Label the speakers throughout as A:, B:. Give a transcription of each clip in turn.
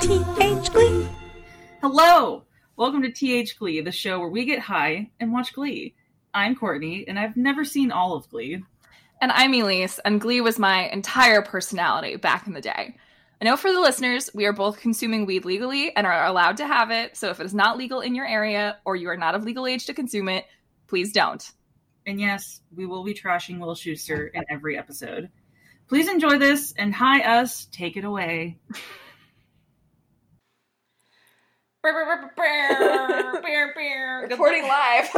A: TH Glee.
B: Hello! Welcome to TH Glee, the show where we get high and watch Glee. I'm Courtney, and I've never seen all of Glee.
C: And I'm Elise, and Glee was my entire personality back in the day. I know for the listeners, we are both consuming weed legally and are allowed to have it, so if it is not legal in your area or you are not of legal age to consume it, please don't.
B: And yes, we will be trashing Will Schuster in every episode. Please enjoy this and hi us, take it away.
D: Reporting live.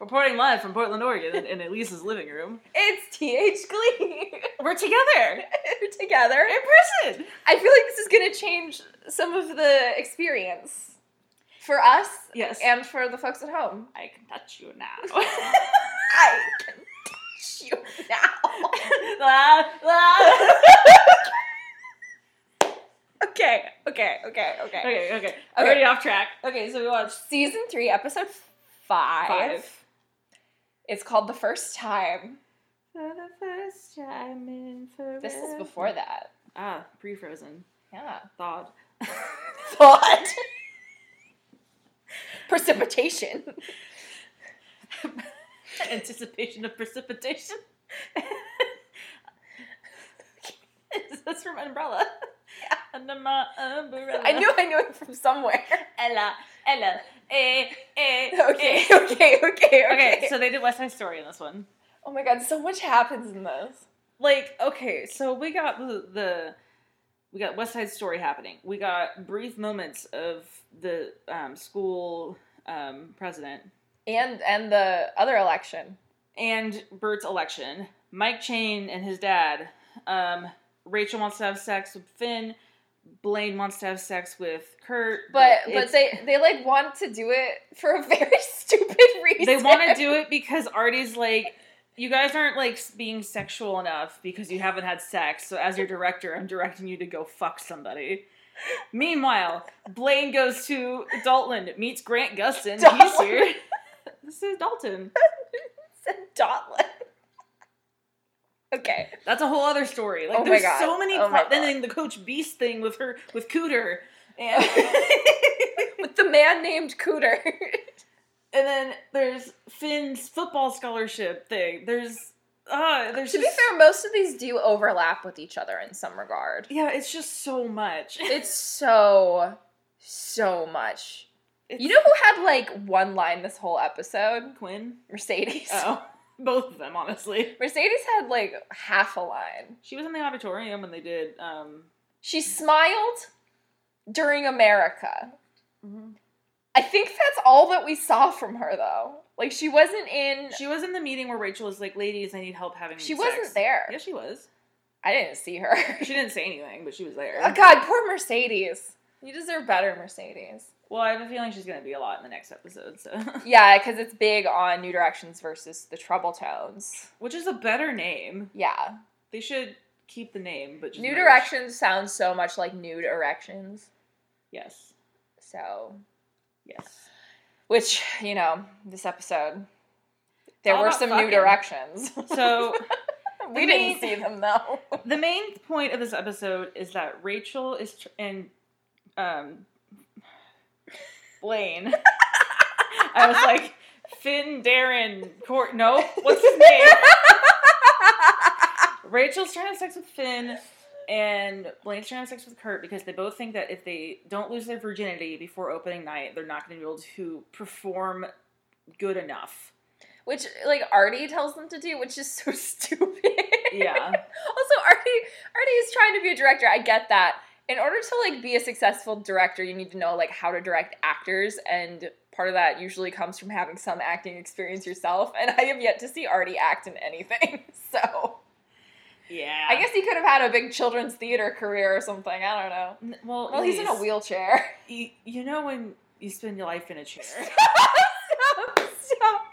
B: Reporting live from Portland, Oregon, in Elise's living room.
D: it's TH Glee.
B: We're together
D: We're together.
B: in person.
D: I feel like this is going to change some of the experience for us
B: Yes.
D: and for the folks at home.
B: I can touch you now.
D: I can touch you now. Okay, okay, okay, okay.
B: okay, okay.
D: Already
B: off track. Okay, so we watched.
D: Season 3, episode 5. It's called The First Time.
B: For the first time in forever.
D: This is before that.
B: Ah, pre frozen.
D: Yeah.
B: Thawed.
D: Thought. Precipitation.
B: Anticipation of precipitation. That's from Umbrella. Under my umbrella.
D: I knew I knew it from somewhere.
B: Ella. Ella. Eh, eh,
D: Okay,
B: eh.
D: okay, okay, okay.
B: Okay, so they did West Side Story in this one.
D: oh my god, so much happens in this.
B: Like, okay, so we got the, the we got West Side Story happening. We got brief moments of the um, school um, president
D: And and the other election.
B: and Bert's election, Mike Chain and his dad, um, Rachel wants to have sex with Finn, Blaine wants to have sex with Kurt,
D: But but
B: it's-
D: they they like want to do it for a very stupid reason.
B: they want to do it because Artie's like, you guys aren't like being sexual enough because you haven't had sex. So as your director, I'm directing you to go fuck somebody. Meanwhile, Blaine goes to Dalton, meets Grant Gustin. He's
D: Dalton.
B: here. this is Dalton.
D: Said Dotland. okay.
B: That's a whole other story. Like
D: Oh my
B: there's
D: God.
B: so many.
D: Oh my
B: pro- then
D: God.
B: then the Coach Beast thing with her with Cooter, and
D: With the man named Cooter.
B: and then there's Finn's football scholarship thing. There's ah, there's
D: to be
B: just,
D: fair, most of these do overlap with each other in some regard.
B: yeah, it's just so much.
D: It's so so much. You
B: It's-
D: know who had like one line this whole episode?
B: Quinn.
D: Mercedes.
B: Oh, both of them, honestly.
D: Mercedes had like half a line.
B: She was in the auditorium when they did. Um,
D: She smiled during America. Mm-hmm. I think that's all that we saw from her though. Like she wasn't in she,
B: She was in the meeting where Rachel was like, "Ladies, I need help having." sex."
D: wasn't there.
B: Yes, she was.
D: I didn't see her.
B: She didn't say anything, but she was there.
D: oh god, poor Mercedes. You deserve better, Mercedes.
B: Well, I have a feeling she's gonna be a lot in the next episode. So,
D: Yeah, because it's big on New Directions versus the Trouble Tones.
B: which is a better name?
D: Yeah.
B: They should keep the name, but just
D: New
B: merge.
D: Directions sounds so much like New Directions.
B: Yes.
D: So
B: Yes.
D: which, you know, this episode.
B: all
D: There were
B: about
D: some
B: fucking.
D: new directions.
B: So
D: we
B: main-
D: didn't see them though.
B: the main point of this episode is that Rachel is tr- and um Blaine. I was like Finn, Darren, Court. No, what's his name? Rachel's trying to have sex with Finn, and Blaine's trying to have sex with Kurt because they both think that if they don't lose their virginity before opening night, they're not going to be able to perform good enough.
D: which like Artie tells them to do, which is so stupid.
B: Yeah.
D: also, Artie Artie is trying to be a director. I get that. In order to like be a successful director, you need to know like how to direct actors, and part of that usually comes from having some acting experience yourself. And I have yet to see Artie act in anything, so
B: Yeah.
D: I guess he could have had a big children's theater career or something. I don't know.
B: N- Well,
D: Well, he's in a
B: Elise,
D: wheelchair.
B: You, you know when you spend your life in a chair.
D: Stop,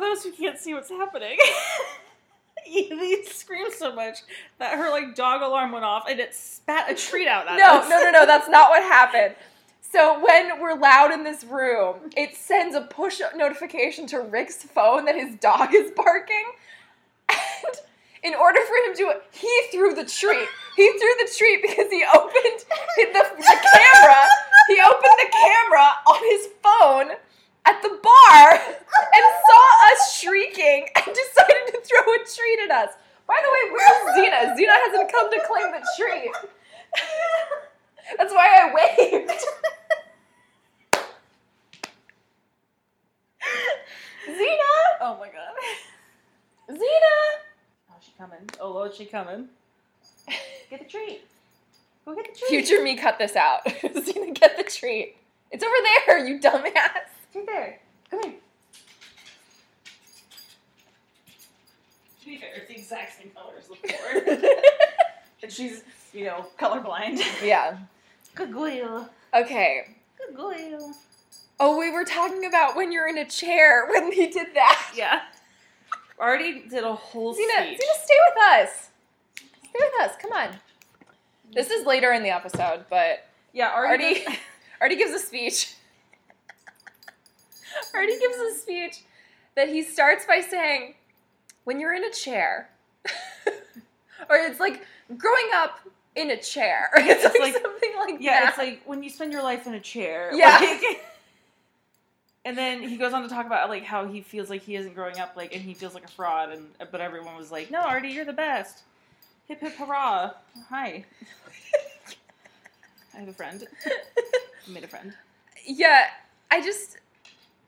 B: course, we can't see what's happening. Evie screamed so much that her like dog alarm went off and it spat a treat out at
D: No,
B: us.
D: no, no, no. That's not what happened. So when we're loud in this room, it sends a push notification to Rick's phone that his dog is barking. And in order for him to, he threw the treat. He threw the treat because he opened the, the camera. He opened the camera on his phone at the bar and saw us shrieking and decided to throw a treat at us. By the way, where's Xena? Xena hasn't come to claim the treat. That's why I waved. Xena!
B: Oh my god.
D: Xena!
B: Oh, she coming. Oh lord, she coming. Get the treat. Go get the treat.
D: Future me cut this out. Xena, get the treat. It's over there, you dumbass.
B: It's right there. Come here. To be fair, it's the exact same color as the floor. and she's, you know, colorblind.
D: yeah.
B: Good girl.
D: Okay.
B: Good girl.
D: Oh, we were talking about when you're in a chair when he did that.
B: Yeah. Already did a whole
D: Xena, Xena,
B: speech.
D: stay with us. Stay with us. Come on. This is later in the episode, but
B: Yeah, already.
D: Artie, Artie gives a speech. Artie gives a speech that he starts by saying, "When you're in a chair," or it's like growing up in a chair. It's,
B: It's
D: like,
B: like-
D: something like
B: yeah,
D: that.
B: it's like when you spend your life in a chair.
D: Yeah.
B: like- and then he goes on to talk about like how he feels like he isn't growing up, like, and he feels like a fraud, and but everyone was like, "No, Artie, you're the best." Hip hip hurrah! Hi. I have a friend. I made a friend.
D: yeah. I just,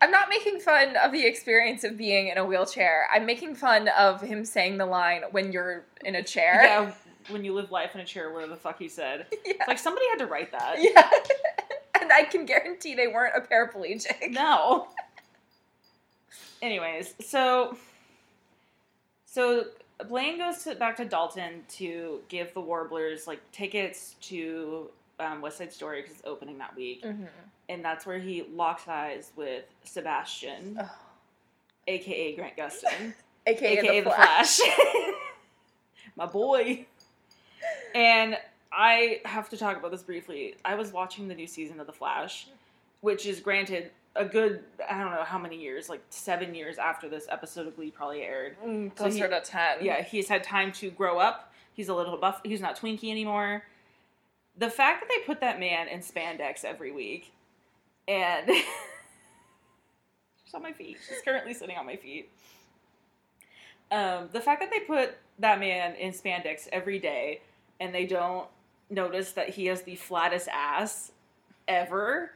D: I'm not making fun of the experience of being in a wheelchair. I'm making fun of him saying the line, "When you're in a chair."
B: Yeah, when you live life in a chair, whatever the fuck he said.
D: Yeah.
B: It's like somebody had to write that.
D: Yeah. and I can guarantee they weren't a paraplegic.
B: No. Anyways, so so Blaine goes to, back to Dalton to give the Warblers like tickets to um, West Side Story because it's opening that week,
D: Mm.
B: and that's where he locks eyes with Sebastian,
D: Ugh.
B: aka Grant Gustin,
D: AKA,
B: aka
D: the,
B: the
D: Flash.
B: Flash, my boy. And I have to talk about this briefly. I was watching the new season of The Flash, which is granted a good I don't know how many years, like seven years after this episode of Glee probably aired.
D: Mm,
B: So he-
D: closer to 10.
B: Yeah, he's had time to grow up. He's a little buff. He's not twinky anymore. The fact that they put that man in spandex every week, and she's on my feet. She's currently sitting on my feet. Um, the fact that they put that man in spandex every day, and they don't notice that he has the flattest ass ever,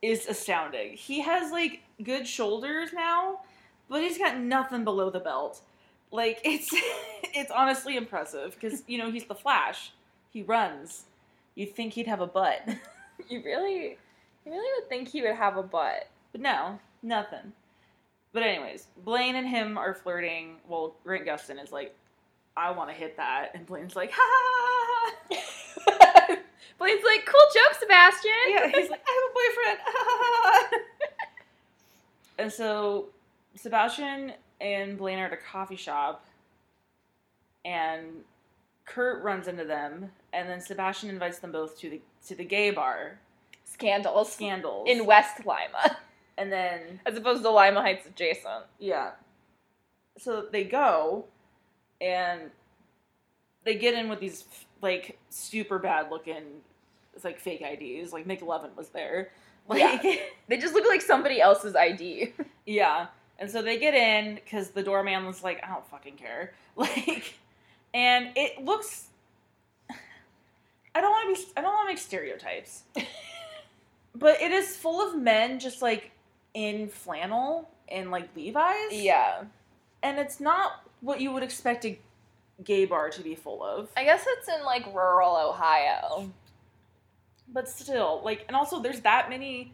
B: is astounding. He has like good shoulders now, but he's got nothing below the belt like it's it's honestly impressive because you know he's the Flash. He runs. You'd think he'd have a butt,
D: You really, you really would think he would have a butt.
B: but no, nothing. But anyways, Blaine and him are flirting. Well, Grant Gustin is like, "I want to hit that," and Blaine's like, "Ha!" ha, ha, ha."
D: Blaine's like, cool joke, Sebastian.
B: Yeah, he's like, "I have a boyfriend." Ha, ha, ha, ha." and so Sebastian and Blaine are at a coffee shop, and Kurt runs into them, and then Sebastian invites them both to the to the gay bar
D: Scandals.
B: scandals.
D: In West Lima,
B: and then
D: as opposed to Lima Heights adjacent.
B: yeah, so they go, and they get in with these like super bad looking, it's like fake IDs. Like McLovin was there, like yeah.
D: They just look like somebody else's ID.
B: And so they get in because the doorman was like, I don't fucking care, like, and it looks. I don't want to be. I don't want to make stereotypes, but it is full of men just like in flannel and like Levi's.
D: Yeah.
B: and it's not what you would expect a gay bar to be full of.
D: I guess it's in like rural
B: Mm-hmm.
D: Ohio.
B: But still, like, and also there's that many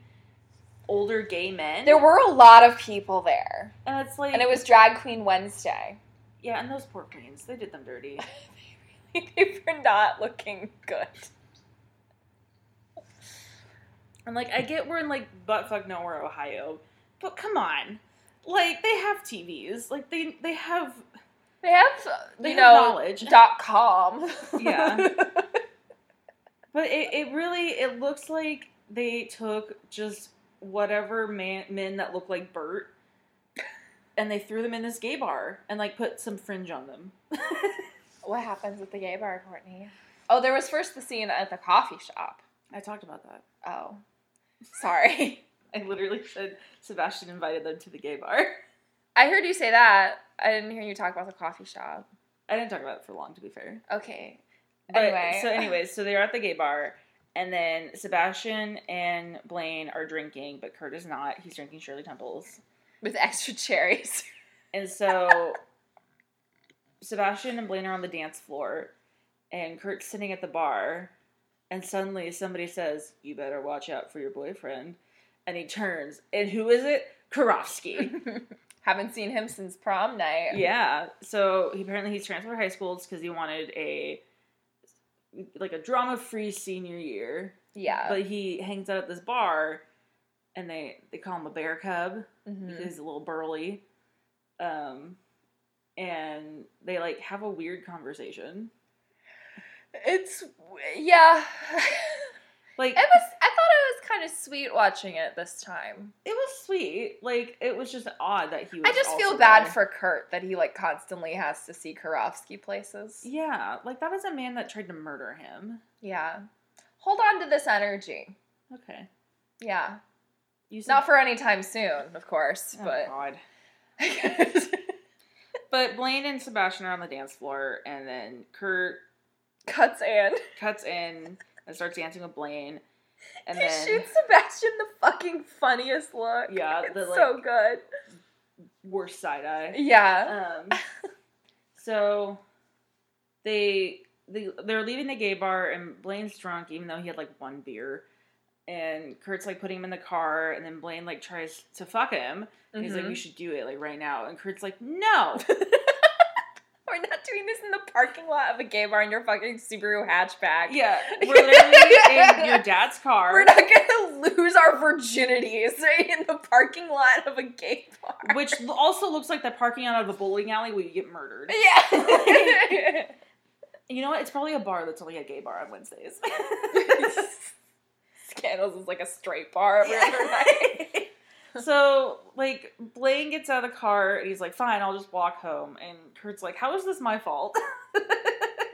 B: older gay men.
D: There were a lot of people there.
B: and it's like,
D: And it was Drag Queen Wednesday.
B: yeah, and those poor queens, they did them dirty.
D: they were not looking good.
B: and like, I get we're in like buttfuck nowhere, Ohio, but come on, like they have TVs. Like they they have
D: They have, uh,
B: they
D: you
B: have
D: know,
B: knowledge.
D: dot com.
B: Yeah. But it, it really it looks like they took just whatever man, men that look like Bert and they threw them in this gay bar and like put some fringe on them.
D: what happens at the gay bar, Courtney? Oh, there was first the scene at the coffee shop.
B: I talked about that.
D: Oh, sorry.
B: I literally said Sebastian invited them to the gay bar.
D: I heard you say that. I didn't hear you talk about the coffee shop.
B: I didn't talk about it for long to be fair.
D: Okay.
B: But
D: Anyway.
B: so anyways, so they're at the gay bar and then Sebastian and Blaine are drinking, but Kurt is not. He's drinking Shirley Temple's.
D: With extra cherries.
B: And so Sebastian and Blaine are on the dance floor, and Kurt's sitting at the bar, and suddenly somebody says, You better watch out for your boyfriend. And he turns, and who is it? Karofsky.
D: Haven't seen him since prom night.
B: yeah. So he, apparently he's transferred to high school because he wanted a like a drama free senior year.
D: Yeah.
B: But he hangs out at this bar and they, they call him a bear cub.
D: Mhm.
B: because he's a little burly. Um, and they like have a weird conversation.
D: It's yeah.
B: Like
D: it was. I thought it was kind of sweet watching it this time.
B: it was sweet. Like it was just odd that he. was
D: I just feel
B: also
D: bad
B: there.
D: for Kurt that he like constantly has to see Karofsky places.
B: Yeah, like that was a man that tried to murder him.
D: Yeah. Hold on to this energy.
B: Okay,
D: Yeah.
B: you said.
D: Not for any time soon, of course,
B: Oh,
D: but
B: God. But Blaine and Sebastian are on the dance floor, and then Kurt
D: cuts and
B: cuts in and starts dancing with Blaine, and
D: he
B: then
D: shoots Sebastian the fucking funniest look.
B: Yeah,
D: It's
B: the, like-
D: so good.
B: worst side eye.
D: Yeah.
B: Um, so they they they're leaving the gay bar and Blaine's drunk even though he had like one beer. And Kurt's like putting him in the car and then Blaine like tries to fuck him. And He's like,
D: Mhm.
B: We should do it like right now. And Kurt's like, No.
D: We're not doing this in the parking lot of a gay bar in your fucking Subaru hatchback.
B: yeah. We're literally in your dad's car.
D: We're not gonna lose our virginities in the parking lot of a gay bar.
B: which also looks like the parking lot of a bowling alley where you get murdered.
D: Yeah.
B: You know what? It's probably a bar that's only a gay bar on Wednesdays.
D: Scandals is like a straight bar every other night.
B: So, like, Blaine gets out of the car and he's like, fine, I'll just walk home. And Kurt's like, how is this my fault?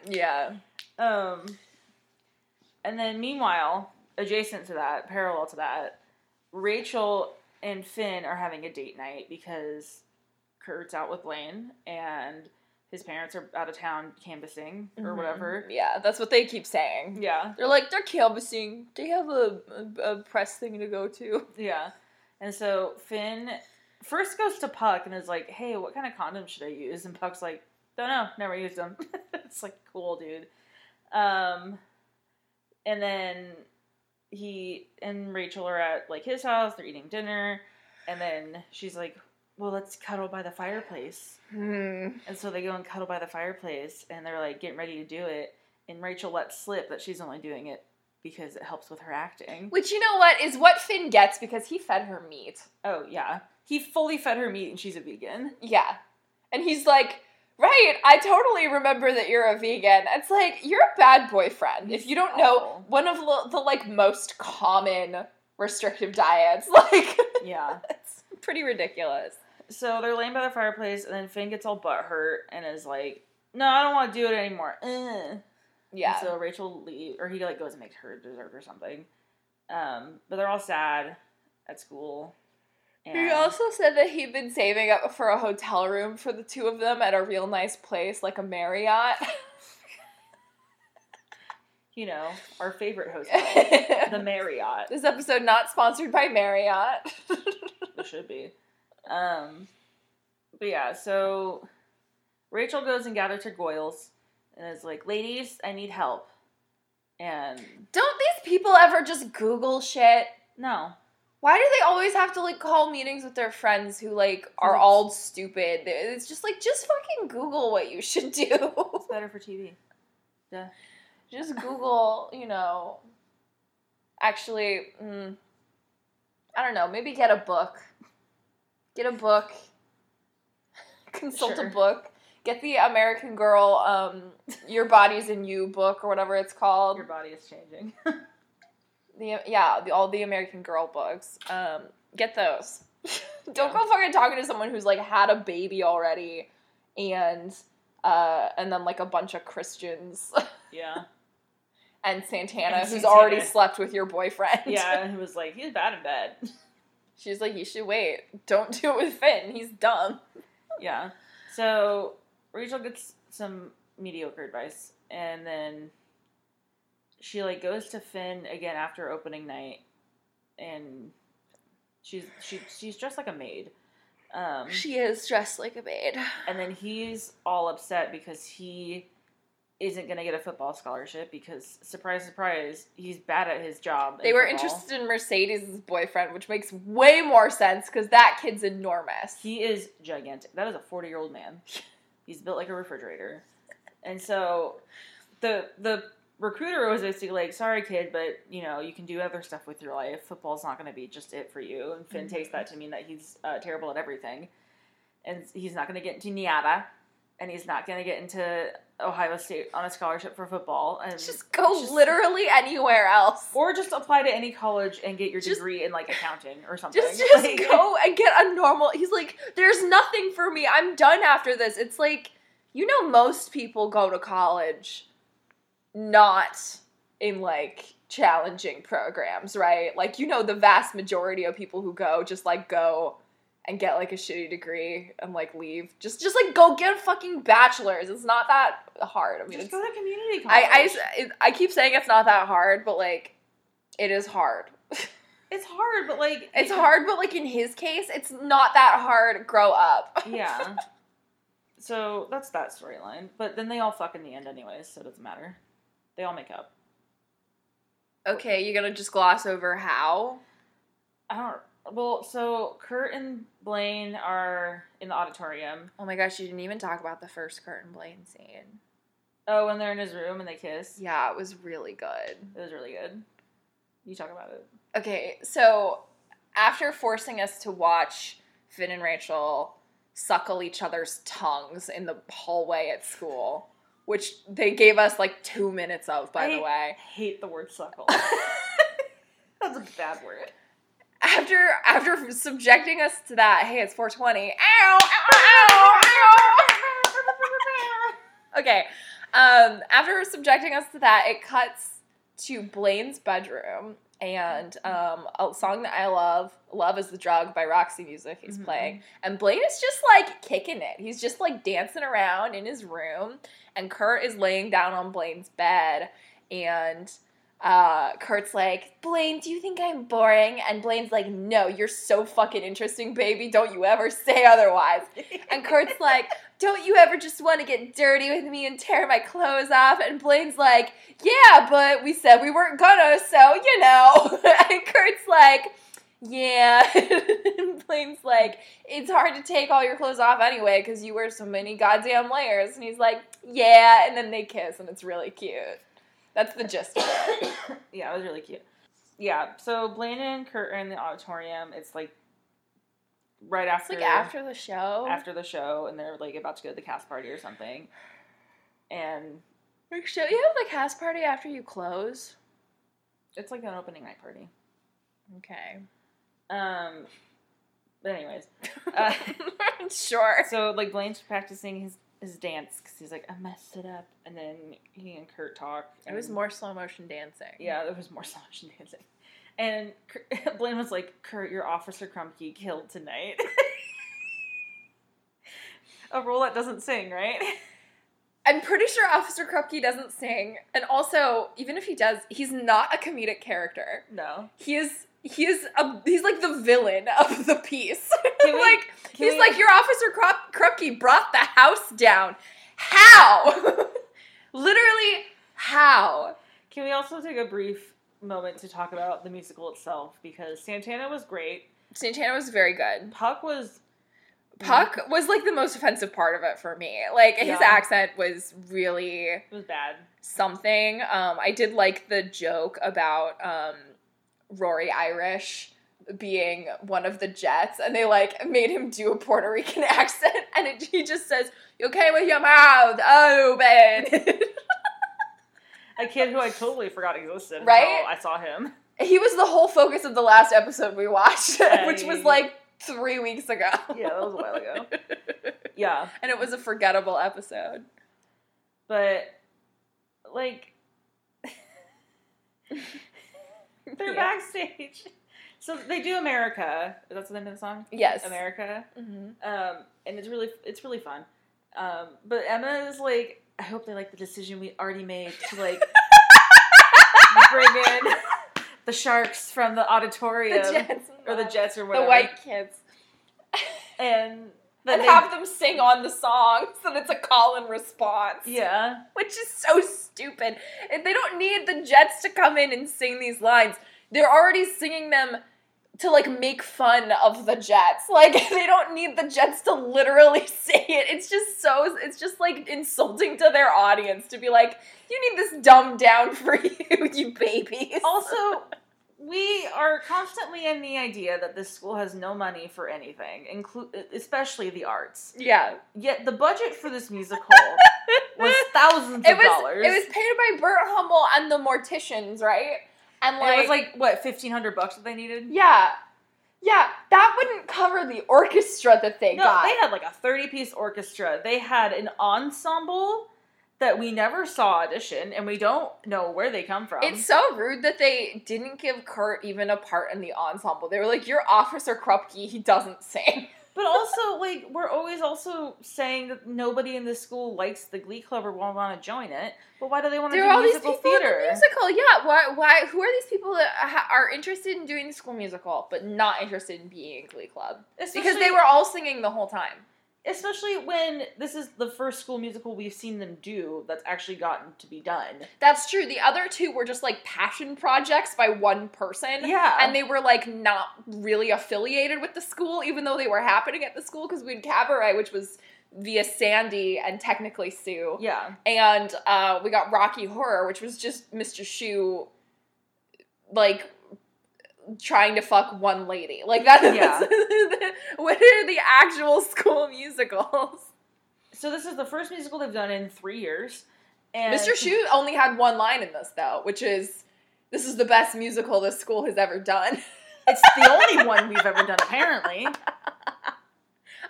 D: Yeah.
B: um, and then, meanwhile, adjacent to that, parallel to that, Rachel and Finn are having a date night because Kurt's out with Blaine and his parents are out of town canvassing
D: Mm-hmm.
B: or whatever.
D: Yeah, that's what they keep saying.
B: Yeah,
D: They're like, they're canvassing. They have a, a, a press thing to go to.
B: yeah. And so Finn first goes to Puck and is like, hey, what kind of condom should I use? And Puck's like, don't know, never used them. it's like, cool, dude. Um, and then he and Rachel are at like his house, they're eating dinner, and then she's like, well, let's cuddle by the fireplace. And so they go and cuddle by the fireplace and they're like getting ready to do it. And Rachel lets slip that she's only doing it because it helps with her acting.
D: Which, you know what, is what Finn gets because he fed her meat.
B: Oh yeah, he fully fed her meat, and she's a vegan.
D: Yeah. And he's like, Right, I totally remember that you're a vegan. It's like, you're a bad boyfriend if you don't know
B: Awful.
D: one of the, the like most common restrictive diets. Like,
B: Yeah.
D: it's pretty ridiculous.
B: so they're laying by the fireplace, and then Finn gets all butt hurt and is like, "No, I don't want to do it anymore." Eh. And
D: Yeah.
B: so Rachel leave, or he like goes and makes her dessert or something. Um, but they're all sad at school. And
D: He also said that he'd been saving up for a hotel room for the two of them at a real nice place, like a Marriott.
B: you know, our favorite hotel, the Marriott.
D: this episode not sponsored by Marriott.
B: It should be. Um, but yeah, so Rachel goes and gathers her goils and is like, "Ladies, I need help." And
D: Don't these people ever just Google shit?
B: no,
D: Why do they always have to like call meetings with their friends who like are
B: it's-
D: all stupid? It's just like just fucking Google what you should do.
B: it's better for TV. Yeah.
D: just Google, you know. Actually, mm, I don't know. Maybe get a book. Get a book. Consult
B: Sure.
D: a book. Get the American Girl, um, Your Body's in You book or whatever it's called.
B: Your body is changing.
D: The yeah, the, all the American Girl books. Um, get those. Don't go fucking talking to someone who's like had a baby already, and uh, and then like a bunch of Christians
B: yeah.
D: and Santana
B: And
D: who's
B: Santana.
D: already slept with your boyfriend.
B: Yeah, and he was like, he's bad in bed.
D: she's like, you should wait. Don't do it with Finn. He's dumb.
B: Yeah. So Rachel gets some mediocre advice, and then she like goes to Finn again after opening night, and she's she she's dressed like a maid. Um,
D: She is dressed like a maid.
B: and then he's all upset because he isn't going to get a football scholarship because surprise surprise he's bad at his job in
D: They were
B: football.
D: interested in Mercedes' boyfriend, which makes way more sense because that kid's enormous.
B: He is gigantic. That is a 40 year old man. He's built like a refrigerator. And so the the recruiter was basically like, sorry, kid, but you know, you can do other stuff with your life. Football's not going to be just it for you. And Finn takes that to mean that he's uh, terrible at everything. And he's not going to get into Niata. And he's not going to get into Ohio State on a scholarship for football. And
D: just go
B: just-
D: literally anywhere else.
B: or just apply to any college and get your
D: Just-
B: degree in like accounting or something.
D: Just, just
B: Like-
D: go and get a normal. He's like, there's nothing for me. I'm done after this. It's like, you know, most people go to college not in like challenging programs, right? Like, you know, the vast majority of people who go just like go and get like a shitty degree and like leave. Just, just like go get a fucking bachelor's. It's not that hard. I mean,
B: Just
D: it's
B: go to community college.
D: I, I, I keep saying it's not that hard, but like, it is hard.
B: it's hard, but like
D: It's hard, but like in his case, it's not that hard. Grow up.
B: yeah. So that's that storyline. But then they all fuck in the end, anyways, so it doesn't matter. They all make up.
D: Okay, you're gonna just gloss over how?
B: I don't. Well, so Kurt and Blaine are in the auditorium.
D: Oh my gosh, you didn't even talk about the first Curtin Blaine scene.
B: Oh, and they're in his room and they kiss.
D: Yeah, it was really good.
B: It was really good. You talk about it.
D: Okay, so after forcing us to watch Finn and Rachel suckle each other's tongues in the hallway at school, which they gave us like two minutes of, by the
B: I- I
D: way.
B: hate the word suckle. that's a bad word.
D: after after subjecting us to that, hey, it's 420. Ow, ow, ow, ow. okay. Um, after subjecting us to that, it cuts to Blaine's bedroom and um, a song that I love, "Love Is the Drug" by Roxy Music. He's
B: Mhm.
D: playing, and Blaine is just like kicking it. He's just like dancing around in his room, and Kurt is laying down on Blaine's bed, and uh, Kurt's like, Blaine, do you think I'm boring? And Blaine's like, No, you're so fucking interesting, baby. Don't you ever say otherwise. And Kurt's like, Don't you ever just want to get dirty with me and tear my clothes off? And Blaine's like, Yeah, but we said we weren't gonna, so you know. and Kurt's like, Yeah. and Blaine's like, It's hard to take all your clothes off anyway because you wear so many goddamn layers. And he's like, Yeah. And then they kiss, and it's really cute. That's the gist of it.
B: yeah, it was really cute. Yeah, so Blaine and Kurt are in the auditorium. It's like right
D: It's
B: after
D: like after the show.
B: after the show and they're like about to go to the cast party or something. And
D: Like, show you have like house party after you close.
B: it's like an opening night party.
D: Okay.
B: Um but anyways. Uh,
D: sure.
B: so like Blaine's practicing his his dance cuz he's like I messed it up and then he and Kurt talk.
D: It was
B: and-
D: more slow motion dancing.
B: Yeah, there was more slash dancing. And Kurt- Blaine was like, "Kurt, your officer Krumke killed tonight." A role that doesn't sing, right?
D: I'm pretty sure Officer Krupke doesn't sing, and also even if he does, he's not a comedic character.
B: No.
D: He is. He is. A, he's like the villain of the piece.
B: Can we-
D: like
B: can
D: he's
B: we-
D: like your Officer Krup- Krupke brought the house down. How? Literally, how?
B: Can we also take a brief moment to talk about the musical itself? Because Santana was great.
D: Santana was very good.
B: Puck was
D: Puck was like the most offensive part of it for me. Like his
B: Mm-hmm. Yeah.
D: accent was really
B: was bad.
D: something. Um, I did like the joke about um, Rory Irish being one of the Jets, and they like made him do a Puerto Rican accent, and it, he just says, "You came with your mouth open."
B: A kid who I totally forgot existed
D: Right?
B: until I saw him.
D: he was the whole focus of the last episode we watched, which was
B: Hey.
D: like three weeks ago.
B: Yeah, that was a while ago. Yeah,
D: and it was a forgettable episode.
B: but like they're
D: Yeah.
B: backstage, so they do America. That's the name of the song,
D: Yes.
B: America.
D: Mhm.
B: Um, and it's really it's really fun. Um, but Emma is like, I hope they like the decision we already made to like bring in the sharks from the
D: The
B: auditorium
D: Jets.
B: or the Jets or
D: The
B: whatever.
D: white kids.
B: and then
D: And
B: they-
D: have them sing on the songs, and it's a call and response.
B: yeah,
D: Which is so stupid. And they don't need the Jets to come in and sing these lines. They're already singing them to like make fun of the Jets. Like they don't need the Jets to literally say it. It's just so it's just like insulting to their audience to be like, you need this dumbed down for you, you babies.
B: also. We are constantly in the idea that this school has no money for anything, inclu- especially the arts.
D: Yeah.
B: Yet the budget for this musical was thousands
D: It
B: of
D: was
B: dollars.
D: it was painted by Bert Hummel and the Morticians, right? And
B: And it was like what fifteen hundred bucks that they needed.
D: Yeah. Yeah, that wouldn't cover the orchestra that they
B: No,
D: got.
B: they had like a 30 piece orchestra. They had an ensemble that we never saw audition and we don't know where they come from.
D: It's so rude that they didn't give Kurt even a part in the ensemble. They were like, "You're Officer Krupke. He doesn't sing."
B: but also, like, we're always also saying that nobody in this school likes the Glee Club or won't want to join it. But why do they want to
D: There
B: do
D: are all these
B: musical
D: people
B: theater?
D: in the musical. Yeah, why? Why? Who are these people that ha- are interested in doing the school musical but not interested in being in Glee Club? Because they
B: Especially-
D: were all singing the whole time.
B: especially when this is the first school musical we've seen them do that's actually gotten to be done.
D: That's true. The other two were just like passion projects by one person.
B: Yeah,
D: and they were like not really affiliated with the school, even though they were happening at the school because we had cabaret, which was via Sandy and technically Sue,
B: yeah,
D: and uh, we got Rocky Horror, which was just Mr. Shu, like trying to fuck one lady. Like that. Yeah. what are the actual school musicals?
B: So this is the first musical they've done in three years. And
D: Mr. Shu only had one line in this though, which is. This is the best musical this school has ever done.
B: it's the only one we've ever done, apparently.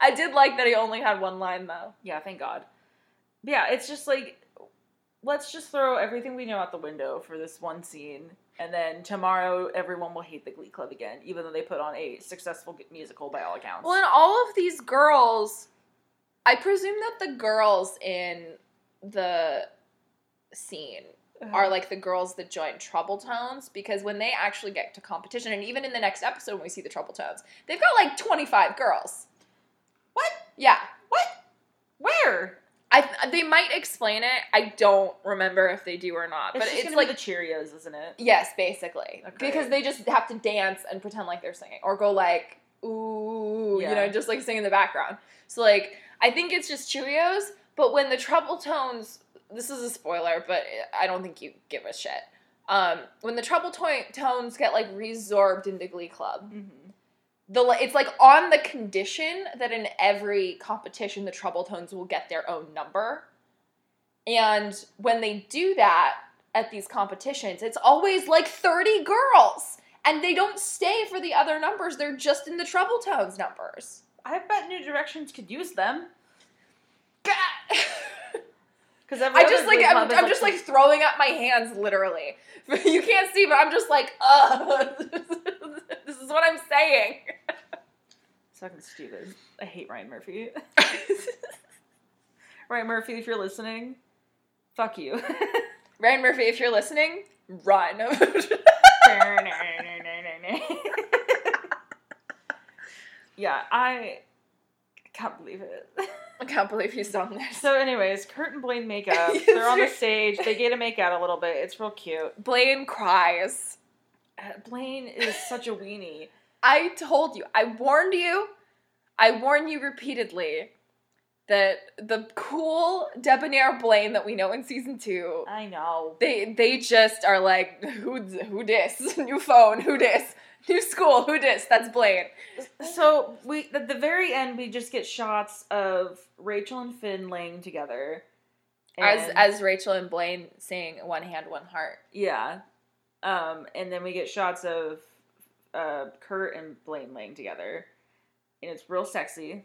D: I did like that he only had one line though.
B: Yeah, thank God. But yeah, it's just like let's just throw everything we know out the window for this one scene, and then tomorrow everyone will hate the Glee Club again, even though they put on a successful g- musical by all accounts.
D: Well, and all of these girls, I presume that the girls in the scene are like the girls that join Trouble Tones because when they actually get to competition, and even in the next episode when we see the Trouble Tones, they've got like 25 girls.
B: What?
D: Yeah.
B: where?
D: I, they might explain it. I don't remember if they do or not,
B: It's
D: but
B: just
D: it's
B: gonna
D: like
B: be the Cheerios, isn't it?
D: Yes, basically.
B: Okay.
D: Because they just have to dance and pretend like they're singing or go like, ooh, you
B: Yeah.
D: know, just like sing in the background. So, like, I think it's just Cheerios, but when the treble tones, this is a spoiler, but I don't think you give a shit. Um, when the treble to- tones get like resorbed into Glee Club,
B: Mm-hmm.
D: the li- it's like on the condition that in every competition the treble tones will get their own number and when they do that at these competitions it's always like 30 girls and they don't stay for the other numbers they're just in the treble tones numbers
B: I bet New Directions could use them
D: God.
B: because
D: i just like I'm, I'm just like throwing up my hands literally you can't see but i'm just like uh this is what i'm saying
B: fucking stupid. I hate Ryan Murphy. Ryan Murphy, if you're listening, fuck you.
D: ryan murphy if you're listening run
B: yeah, I can't believe it.
D: I can't believe he's done this.
B: So, anyways, Kurt and Blaine make up. They're on the stage. They get to make out a little bit. It's real cute.
D: Blaine cries.
B: Uh, Blaine is such a weenie.
D: I told you, I warned you, I warn you repeatedly that the cool debonair Blaine that we know in season two,
B: I know.
D: they they just are like, who who dis? New phone, who dis? New school, who dis? That's Blaine.
B: So we at the very end we just get shots of Rachel and Finn laying together.
D: As
B: And-
D: as Rachel and Blaine saying one hand, one heart.
B: yeah, um, and then we get shots of uh, Kurt and Blaine laying together, and it's real sexy,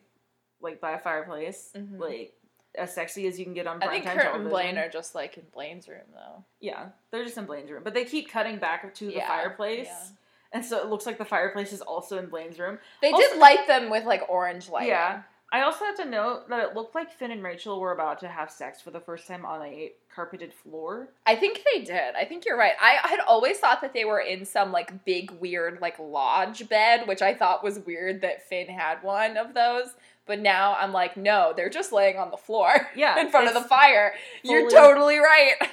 B: like by a fireplace,
D: Mhm.
B: like as sexy as you can get on.
D: I think
B: primetime
D: Kurt and Blaine
B: television.
D: are just like in Blaine's room though.
B: Yeah, they're just in Blaine's room, but they keep cutting back to the
D: Yeah,
B: fireplace,
D: yeah.
B: and so it looks like the fireplace is also in Blaine's room.
D: They
B: Also-
D: did light them with like orange light.
B: Yeah. I also have to note that it looked like Finn and Rachel were about to have sex for the first time on a carpeted floor.
D: I think they did. I think you're right. I had always thought that they were in some like big weird like lodge bed, which I thought was weird that Finn had one of those. But now I'm like, no, they're just laying on the floor
B: Yeah,
D: in front of
B: it's-
D: the fire. You're
B: fully-
D: totally right.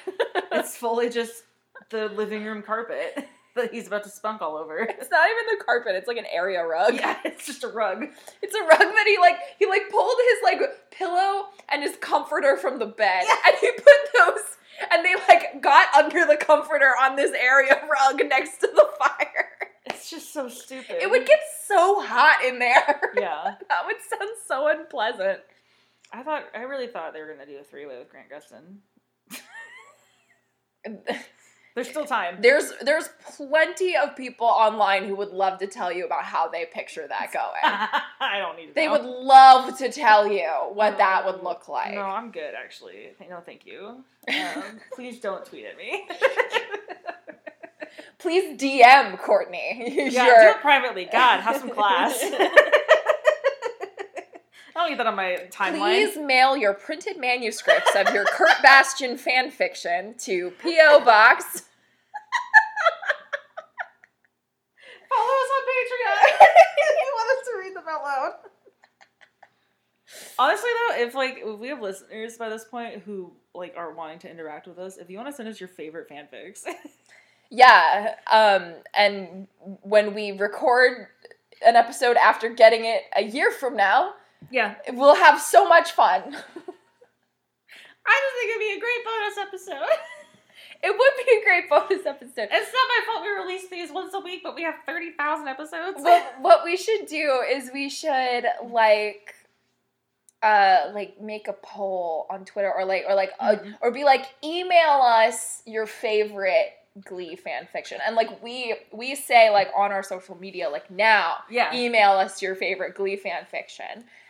B: It's fully just the living room carpet that he's about to spunk all over.
D: It's not even the carpet. It's like an area rug.
B: Yeah, it's just a rug.
D: It's a rug that he like he like pulled his like pillow and his comforter from the bed and he put those and they like got under the comforter on this area rug next to the fire.
B: It's just so stupid.
D: It would get so hot in there.
B: Yeah,
D: That would sound so unpleasant.
B: I thought I really thought they were gonna do a three way with Grant Gustin. There's still time.
D: There's there's plenty of people online who would love to tell you about how they picture that going.
B: I don't need. To
D: They
B: know.
D: would love to tell you what that
B: No.
D: would look like.
B: No, I'm good actually. No, thank you. Um, please don't tweet at me.
D: Please DM Courtney.
B: Yeah,
D: your-
B: do it privately. God, have some class. I don't need that on my timeline.
D: Please mail your printed manuscripts of your Kurt Bastion fan fiction to P.O. Box.
B: Follow us on Patreon if you want us to read them out loud. Honestly, though, if like if we have listeners by this point who like are wanting to interact with us, if you want to send us your favorite fanfics,
D: Yeah. Um, and when we record an episode after getting it a year from now,
B: yeah,
D: we'll have so much fun.
B: I just think it'd be a great bonus episode.
D: It would be a great bonus episode.
B: it's not my fault we release these once a week, but we have thirty thousand episodes.
D: But what we should do is we should like uh like make a poll on Twitter or like or like uh,
B: Mhm.
D: or be like email us your favorite glee fan fiction and like we we say like on our social media like now
B: yeah,
D: email us your favorite glee fan fiction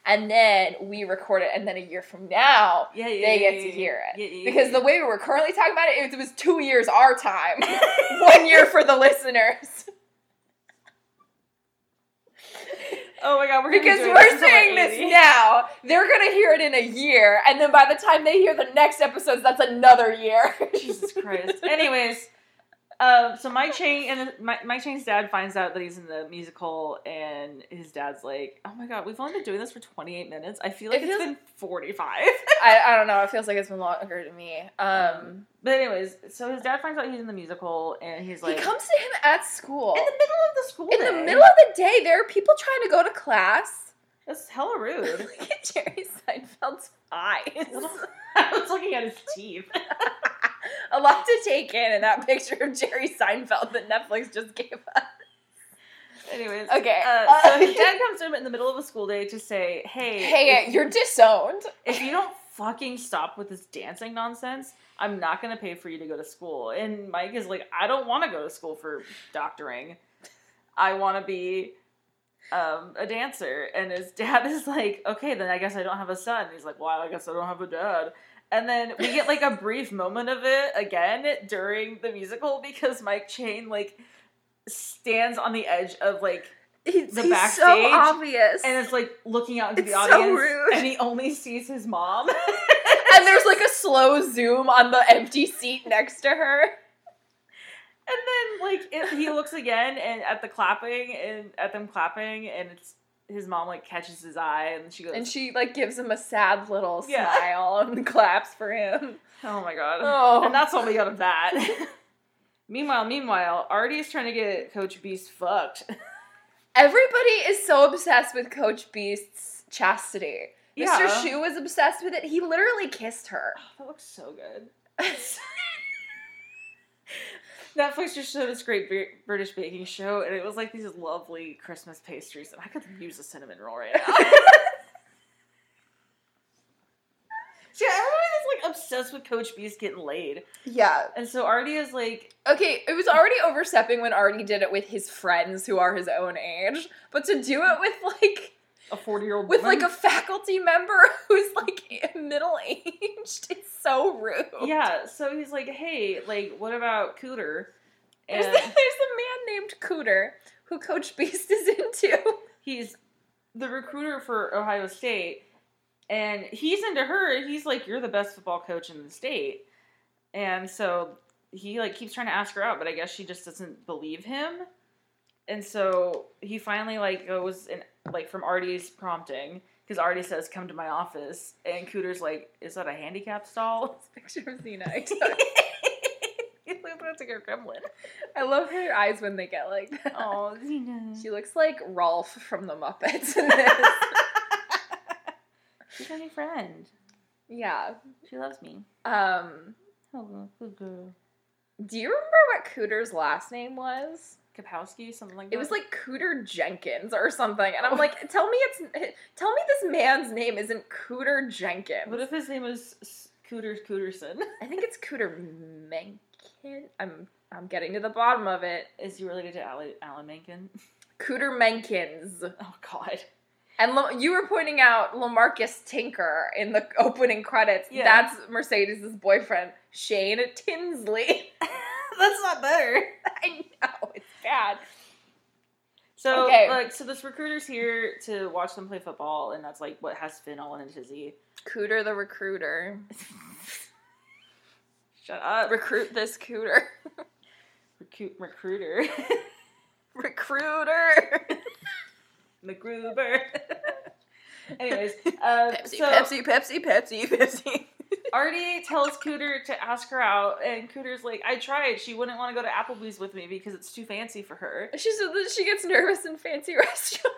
D: and then we record it and then a year from now
B: yeah, yeah,
D: they
B: yeah,
D: get to
B: yeah,
D: hear it
B: yeah, yeah,
D: because
B: yeah.
D: the way we were currently talking about it it was two years our time one year for the listeners
B: Oh my god, we're gonna be
D: Because
B: doing
D: we're
B: until we're
D: saying this
B: 80.
D: now, they're gonna hear it in a year, and then by the time they hear the next episodes, that's another year.
B: Jesus Christ. Anyways, um, so Mike Chang and my, Mike Chang's dad finds out that he's in the musical, and his dad's like, "Oh my god, we've only been doing this for 28 minutes. I feel like
D: It
B: it's
D: feels-
B: been 45."
D: I, I don't know. It feels like it's been longer to me. Um,
B: But anyways, so his dad finds out he's in the musical, and he's like, "Oh."
D: he comes to him at school
B: in the middle of the school.
D: in the
B: day.
D: middle of the day. There are people trying to go to class.
B: That's hella rude.
D: Look at Jerry Seinfeld's eyes.
B: I was looking at his teeth.
D: a lot to take in in that picture of Jerry Seinfeld that Netflix just gave us.
B: Anyways,
D: Okay.
B: Uh, so his
D: Uh,
B: dad comes to him in the middle of a school day to say, "Hey, uh,
D: hey, you're disowned.
B: if you don't fucking stop with this dancing nonsense, I'm not gonna pay for you to go to school. And Mike is like, I don't want to go to school for doctoring. I want to be um, a dancer. And his dad is like, okay, then I guess I don't have a son. He's like, well, I guess I don't have a dad. And then we get like a brief moment of it again during the musical because Mike Chain like stands on the edge of like
D: He's,
B: The
D: he's so
B: backstage,
D: obvious.
B: and it's like looking out into
D: It's
B: the
D: so
B: audience
D: rude.
B: and he only sees his mom.
D: and there's like a slow zoom on the empty seat next to her.
B: And then like it, he looks again and at the clapping and at them clapping and it's his mom like catches his eye and she goes
D: And she like gives him a sad little
B: Yeah.
D: smile and claps for him.
B: oh my god
D: Oh.
B: and that's all we got of that. meanwhile, meanwhile, Artie's trying to get Coach Beast fucked.
D: Everybody is so obsessed with Coach Beast's chastity.
B: Yeah.
D: Mr. Shu was obsessed with it. He literally kissed her.
B: that looks so good. Netflix just showed this great Br- British baking show, and it was like these lovely Christmas pastries, and I could use a cinnamon roll right now. See, everyone is like obsessed with Coach B's getting laid,
D: Yeah.
B: and so Artie is like,
D: Okay, it was already overstepping when Artie did it with his friends who are his own age, but to do it with like
B: a forty-year-old
D: with like a faculty member who's like middle aged, it's so rude.
B: yeah. So he's like, hey, like, what about Cooter?
D: There's,
B: And
D: the, there's a man named Cooter who Coach Beast is into.
B: he's the recruiter for Ohio State, and he's into her. He's like, "You're the best football coach in the state," and so he like keeps trying to ask her out, but I guess she just doesn't believe him, and so he finally like goes and like from Artie's prompting because Artie says, "Come to my office," and Cooter's like, "Is that a handicap stall?"
D: This picture of Xena.
B: He looks like a gremlin.
D: I love her eyes when they get like that.
B: Oh, Zena.
D: She looks like Rolf from the Muppets in this.
B: She's my new friend.
D: yeah.
B: She loves me.
D: Um,
B: Oh, good girl.
D: do you remember what Cooter's last name was?
B: Kapowski, something like that.
D: It was like Cooter Jenkins or something,
B: Oh.
D: and I'm like, tell me it's tell me this man's name isn't Cooter Jenkins.
B: What if his name was S- Cooter Cooterson?
D: I think it's Cooter Mencken. I'm I'm getting to the bottom of it.
B: Is he related to Alan, Alan Menken?
D: Cooter Menkins.
B: Oh God.
D: And Lo- you were pointing out Lamarcus Tinker in the opening credits.
B: Yeah.
D: That's Mercedes' boyfriend, Shane Tinsley.
B: That's not better.
D: I know, it's bad.
B: So
D: Okay.
B: like so this recruiter's here to watch them play football and that's like what has Finn all in a tizzy.
D: Cooter the recruiter.
B: Shut up.
D: Recruit this cooter.
B: Recruit recruiter.
D: Recruiter.
B: McGruber. Anyways, uh,
D: Pepsi,
B: so
D: Pepsi, Pepsi, Pepsi, Pepsi.
B: Artie tells Cooter to ask her out, and Cooter's like, "I tried. She wouldn't want to go to Applebee's with me because it's too fancy for her."
D: She said that she gets nervous in fancy restaurants.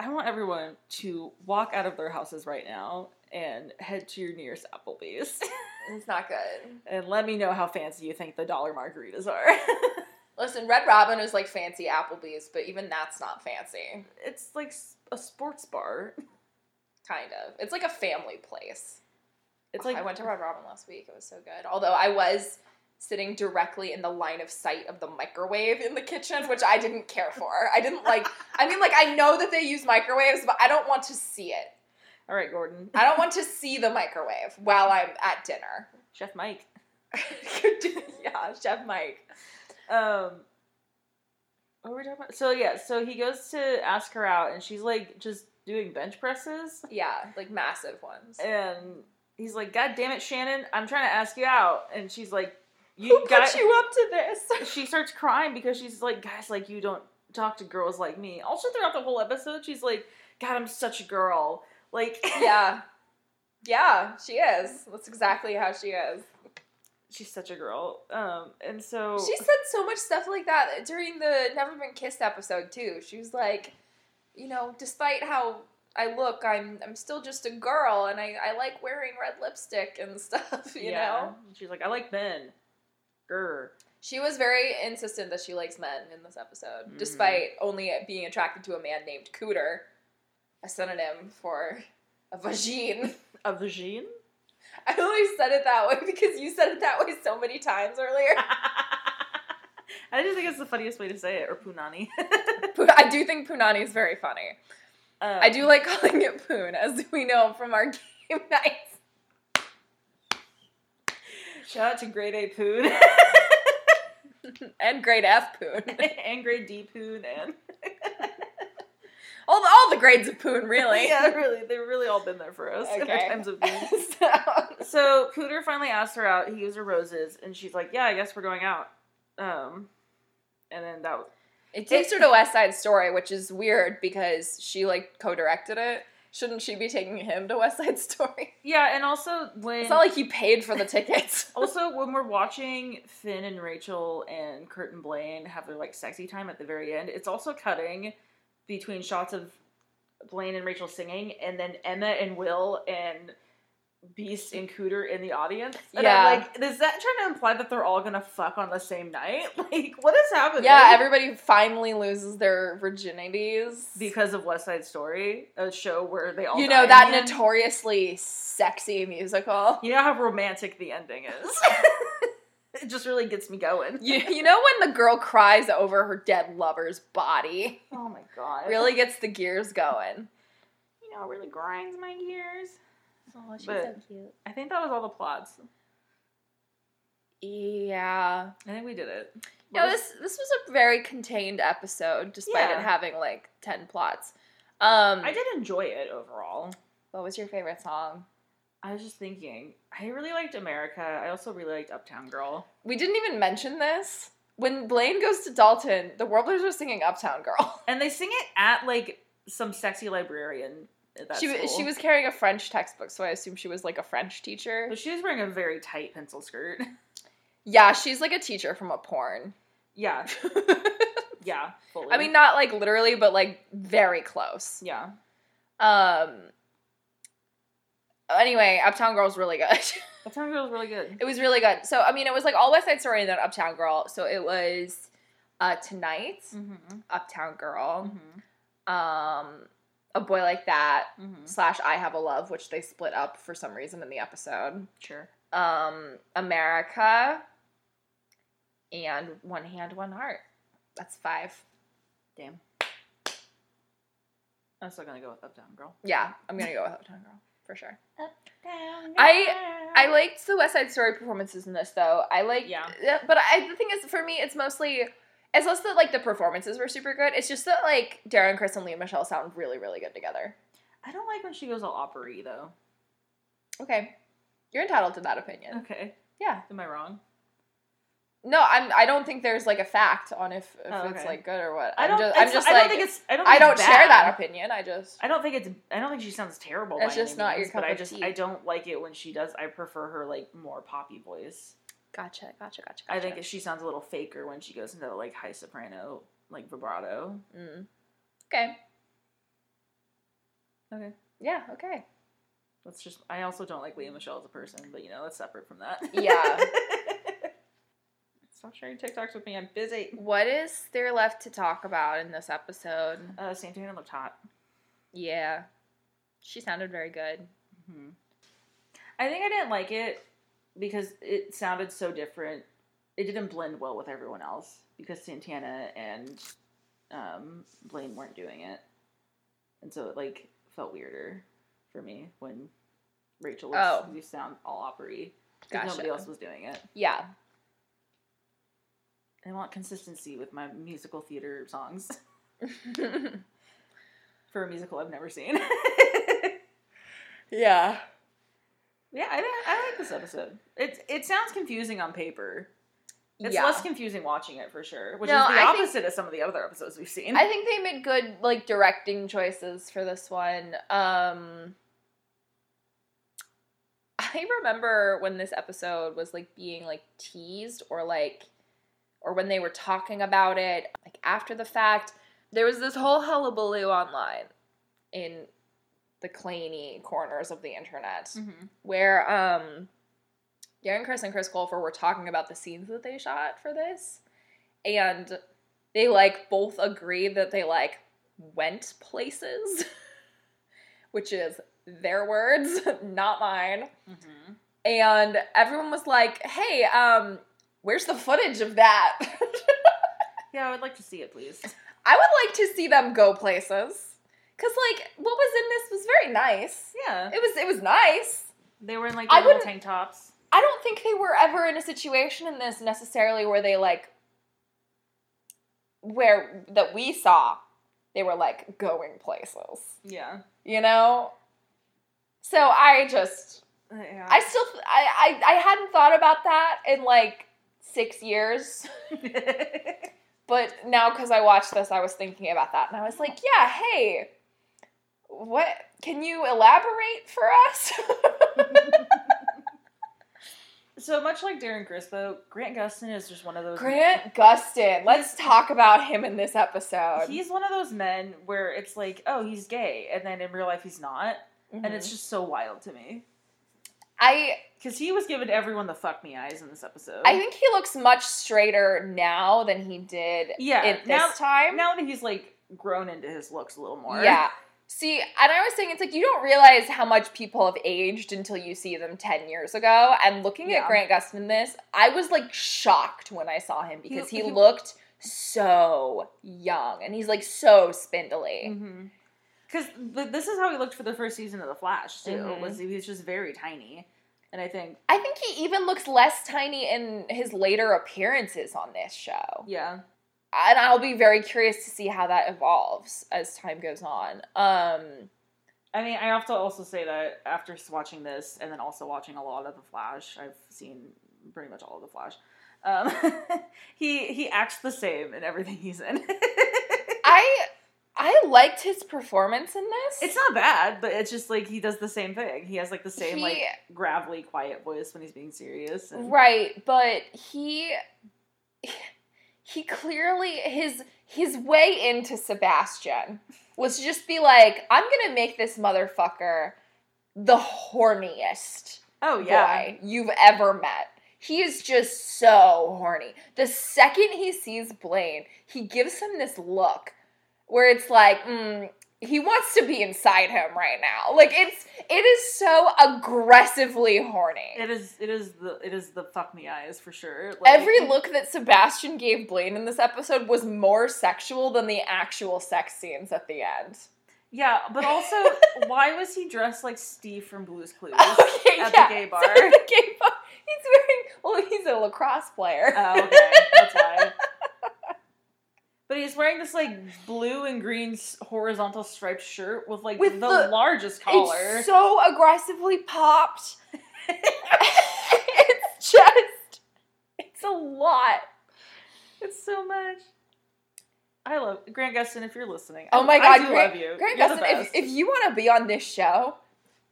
B: I want everyone to walk out of their houses right now and head to your nearest Applebee's
D: It's not good.
B: and let me know how fancy you think the dollar margaritas are.
D: Listen, Red Robin is like fancy Applebee's, but even that's not fancy.
B: it's like s- a sports bar.
D: Kind of. It's like a family place.
B: It's like
D: Oh, I went to Red Robin last week. It was so good. Although I was sitting directly in the line of sight of the microwave in the kitchen, which I didn't care for. I didn't like. I mean, like I know that they use microwaves, but I don't want to see it.
B: all right, Gordon,
D: I don't want to see the microwave while I'm at dinner.
B: Chef Mike.
D: yeah, Chef Mike.
B: Um, what were we talking about? So yeah, so he goes to ask her out, and she's like just doing bench presses,
D: Yeah, like massive ones.
B: and he's like, "God damn it, Shannon, I'm trying to ask you out," and she's like,
D: Who
B: "You
D: put
B: got."
D: you up to this?
B: she starts crying because she's like, guys, like you don't talk to girls like me. Also throughout the whole episode, she's like, God, I'm such a girl. Like
D: yeah. Yeah, she is. That's exactly how she is.
B: she's such a girl. Um and so
D: She said so much stuff like that during the Never Been Kissed episode too. She was like, you know, despite how I look, I'm I'm still just a girl and I, I like wearing red lipstick and stuff, you know?
B: She's like, I like men. Grr.
D: She was very insistent that she likes men in this episode,
B: Mhm.
D: despite only being attracted to a man named Cooter, a synonym for a vagine.
B: A vagine?
D: I only said it that way because you said it that way so many times earlier.
B: I just think it's the funniest way to say it, or punani.
D: I do think Punani is very funny.
B: Um,
D: I do like calling it Poon, as we know from our game nights.
B: Shout out to grade A Poon
D: And grade F Poon.
B: and grade D Poon and
D: All the, all the grades of Poon, really.
B: yeah, really, they've really all been there for us in our
D: Okay.
B: times of need.
D: so,
B: So Cooter finally asked her out. He gives her roses, and she's like, "Yeah, I guess we're going out." Um, and then that
D: it takes her to West Side Story, which is weird because she, like, co directed it. Shouldn't she be taking him to West Side Story?
B: yeah, and also when
D: It's not like he paid for the tickets.
B: also when we're watching Finn and Rachel and Kurt and Blaine have their like sexy time at the very end, it's also cutting between shots of Blaine and Rachel singing, and then Emma and Will and Beast and Cooter in the audience. And
D: Yeah.
B: I'm like, is that trying to imply that they're all gonna fuck on the same night? Like, what is happening?
D: Yeah, everybody finally loses their virginities.
B: because of West Side Story, a show where they all
D: you
B: die
D: know
B: in
D: that
B: the end.
D: notoriously sexy musical.
B: You know how romantic the ending is. it just really gets me going.
D: You, you know when the girl cries over her dead lover's body?
B: Oh my god!
D: Really gets the gears going.
B: You know, it really grinds my gears.
D: Oh, she's
B: But-
D: cute.
B: I think that was all the plots.
D: Yeah.
B: I think we did it.
D: No, this this was a very contained episode, despite
B: Yeah.
D: it having like ten plots. Um,
B: I did enjoy it overall.
D: what was your favorite song?
B: I was just thinking, I really liked America. I also really liked Uptown Girl.
D: We didn't even mention this. When Blaine goes to Dalton, the Warblers were singing "Uptown Girl."
B: And they sing it at like some sexy librarian at that
D: she wa-
B: school.
D: she was carrying a French textbook, so I assume she was like a French teacher.
B: But she was wearing a very tight pencil skirt.
D: Yeah, she's like a teacher from a porn.
B: yeah, yeah, fully.
D: I mean, not like literally, but like very close.
B: yeah.
D: Um. Anyway, Uptown Girl's really good.
B: Uptown Girl was really good.
D: It was really good. So I mean, it was like all West Side Story and then Uptown Girl. So it was uh, Tonight,
B: Mm-hmm.
D: Uptown Girl,
B: Mm-hmm.
D: um, A Boy Like That
B: Mm-hmm.
D: slash I Have a Love, which they split up for some reason in the episode.
B: Sure.
D: Um, America, and One Hand, One Heart. That's five.
B: Damn. I'm still gonna go with Uptown Girl.
D: Yeah, I'm gonna go with Uptown Girl for sure.
B: Uptown
D: I- I liked the West Side Story performances in this though. I like,
B: Yeah.
D: But I the thing is, for me, it's mostly it's less that like the performances were super good. It's just that like Darren, Chris, and Leah Michelle sound really, really good together.
B: I don't like when she goes all opery though.
D: Okay, you're entitled to that opinion.
B: Okay.
D: Yeah.
B: Am I wrong?
D: No, I'm. I don't think there's like a fact on if, if
B: Oh,
D: it's
B: okay.
D: like good or what.
B: I
D: I'm
B: don't.
D: just,
B: it's-
D: I'm just
B: I
D: like.
B: don't think it's. I don't.
D: I
B: think
D: don't
B: it's
D: share
B: bad.
D: that opinion. I just.
B: I don't think it's. I don't think she sounds terrible.
D: That's
B: by any
D: just not your
B: means,
D: cup
B: But I
D: of
B: just.
D: tea.
B: I don't like it when she does. I prefer her like more poppy voice.
D: Gotcha. Gotcha. Gotcha.
B: I think she sounds a little faker when she goes into like high soprano, like vibrato.
D: Mm. Okay.
B: Okay.
D: Yeah. Okay.
B: That's just. I also don't like Leah Michelle as a person, but you know that's separate from that.
D: Yeah.
B: Stop sharing TikToks with me. I'm busy.
D: What is there left to talk about in this episode?
B: Uh, Santana looked hot.
D: Yeah. She sounded very good.
B: hmm I think I didn't like it because it sounded so different. It didn't blend well with everyone else because Santana and um, Blaine weren't doing it, and so it like felt weirder for me when Rachel was
D: Oh.
B: you sound all opery because
D: Gotcha.
B: nobody else was doing it.
D: Yeah.
B: I want consistency with my musical theater songs for a musical I've never seen.
D: yeah.
B: yeah, I, I like this episode. It it sounds confusing on paper, It's
D: yeah.
B: less confusing watching it for sure, which
D: No,
B: is the
D: I think-
B: opposite of some of the other episodes we've seen.
D: I think they made good like directing choices for this one. Um I remember when this episode was like being like teased or like or when they were talking about it like after the fact. There was this whole hullabaloo online in the clangy corners of the internet.
B: Mm-hmm.
D: where um Darren Chris and Chris Colfer were talking about the scenes that they shot for this. And they like both agreed that they like went places, which is their words, not mine.
B: Mm-hmm.
D: And everyone was like, hey, um, where's the footage of that?
B: Yeah, I would like to see it, please.
D: I would like to see them go places. Cause like what was in this was very nice.
B: Yeah,
D: It was it was nice.
B: they were in like
D: I
B: their little
D: wouldn't-
B: tank tops.
D: I don't think they were ever in a situation in this necessarily where they like where that we saw they were like going places,
B: Yeah,
D: you know? So I just
B: Uh, yeah.
D: I still I I, I hadn't thought about that in like 6 years, but now cuz I watched this I was thinking about that and I was like, yeah, hey, what can you elaborate for us?
B: so much like Darren Criss, though, Grant Gustin is just one of those.
D: Grant Gustin. Let's talk about him in this episode.
B: He's one of those men where it's like, oh, he's gay, and then in real life he's not,
D: Mhm.
B: and it's just so wild to me.
D: I
B: Because he was giving everyone the fuck me eyes in this episode.
D: I think he looks much straighter now than he did
B: Yeah,
D: at this
B: now-
D: time.
B: now that he's like grown into his looks a little more.
D: Yeah. See, and I was saying it's like you don't realize how much people have aged until you see them 10 years ago. And looking
B: Yeah.
D: at Grant Gustin in this, I was like shocked when I saw him because he,
B: he-
D: looked so young and he's like so spindly.
B: Mm-hmm. Because this is how he looked for the first season of The Flash too.
D: Mhm.
B: Was he was just very tiny, and I think
D: I think he even looks less tiny in his later appearances on this show.
B: yeah,
D: and I'll be very curious to see how that evolves as time goes on. Um,
B: I mean, I have to also say that after s- watching this and then also watching a lot of The Flash, I've seen pretty much all of The Flash. Um, he he acts the same in everything he's in.
D: I I liked his performance in this.
B: it's not bad, but it's just like he does the same thing. He has like the same
D: He-
B: like gravelly, quiet voice when he's being serious. And,
D: right, but he he clearly his his way into Sebastian was to just be like, I'm gonna make this motherfucker the horniest.
B: Oh yeah,
D: guy you've ever met. He is just so horny. The second he sees Blaine, he gives him this look where it's like, mm, he wants to be inside him right now. Like it's it is so aggressively horny.
B: it is. It is the it is the fuck me eyes for sure. Like,
D: Every look that Sebastian gave Blaine in this episode was more sexual than the actual sex scenes at the end.
B: Yeah, but also, why was he dressed like Steve from Blue's Clues
D: Okay,
B: at
D: Oh, yeah.
B: the gay
D: So
B: bar? Oh,
D: the gay bar. He's wearing well, he's a lacrosse player.
B: oh, okay, that's why. But he's wearing this like blue and green s- horizontal striped shirt with like
D: With
B: the,
D: the-
B: largest collar.
D: It's so aggressively popped. it's just, it's a lot.
B: It's so much. I love Grant Gustin. If you're listening,
D: Oh
B: I-
D: my
B: I
D: God,
B: do
D: Grant-
B: love you.
D: Grant
B: You're the
D: Gustin, if,
B: best.
D: if you want to be on this show,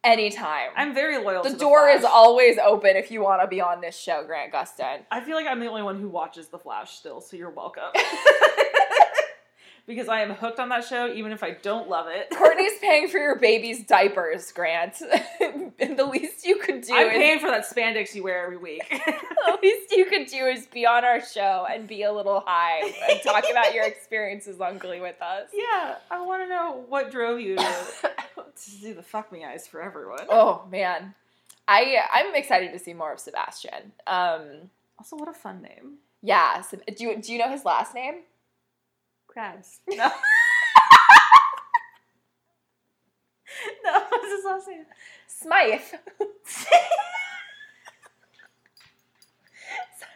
D: anytime.
B: I'm very loyal.
D: the
B: to
D: door
B: the
D: is
B: Flash.
D: always open if you want to be on this show, Grant Gustin.
B: I feel like I'm the only one who watches The Flash still, so you're welcome. because I am hooked on that show, even if I don't love it.
D: Courtney's paying for your baby's diapers, Grant. and the least you could do
B: I'm
D: is
B: paying for that spandex you wear every week.
D: the least you could do is be on our show and be a little high and talk about your experiences on Glee with us.
B: yeah, I want to know what drove you to, to do the fuck me eyes for everyone.
D: Oh man, I I'm excited to see more of Sebastian. Um,
B: Also, what a fun name.
D: yeah. So, do you do you know his last name?
B: Crabs. No. no, what's his last name?
D: Smythe.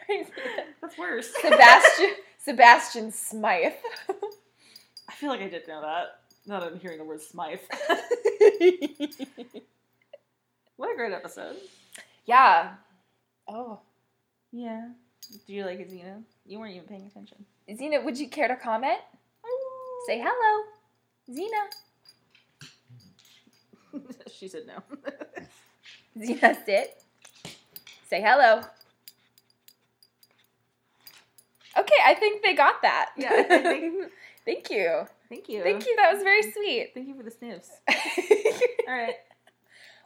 D: Sorry,
B: That's worse.
D: Sebastian. Sebastian Smythe.
B: I feel like I did know that. Now that I'm hearing the word Smythe. what a great episode.
D: yeah. Oh,
B: Yeah. Do you like it, Zena? You weren't even paying attention.
D: Zena, would you care to comment? Say hello, Zena.
B: she said no.
D: Zena, sit. Say hello. Okay, I think they got that.
B: Yeah, I think-
D: Thank you.
B: Thank you.
D: Thank you. That was very sweet.
B: Thank you for the sniffs. All right.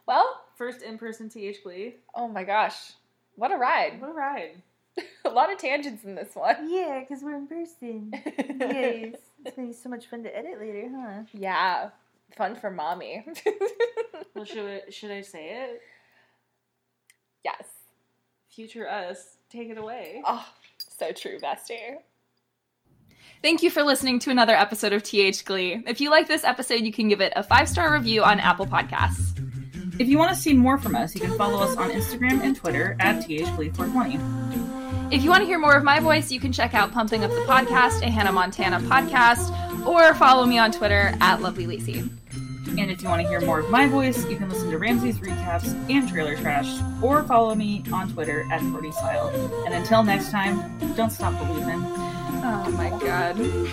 D: well,
B: First in person TH Glee.
D: oh my gosh. What a ride.
B: What a ride.
D: A lot of tangents in this one.
B: Yeah, because we're in person. It's going to be so much fun to edit later, huh?
D: yeah. Fun for mommy.
B: Well, should, I- should I say it?
D: yes.
B: Future us, take it away.
D: Oh, so true, bestie.
C: Thank you for listening to another episode of TH Glee. If you like this episode, you can give it a five star review on Apple Podcasts.
B: If you want to see more from us, you can follow us on Instagram and Twitter at THGlee420.
C: If you want to hear more of my voice, you can check out Pumping Up the Podcast, a Hannah Montana podcast, or follow me on Twitter at Lovely Lacey.
B: And if you want to hear more of my voice, you can listen to Ramsey's recaps and trailer trash, or follow me on Twitter at 40 Style. And until next time, don't stop believing.
C: Oh my god.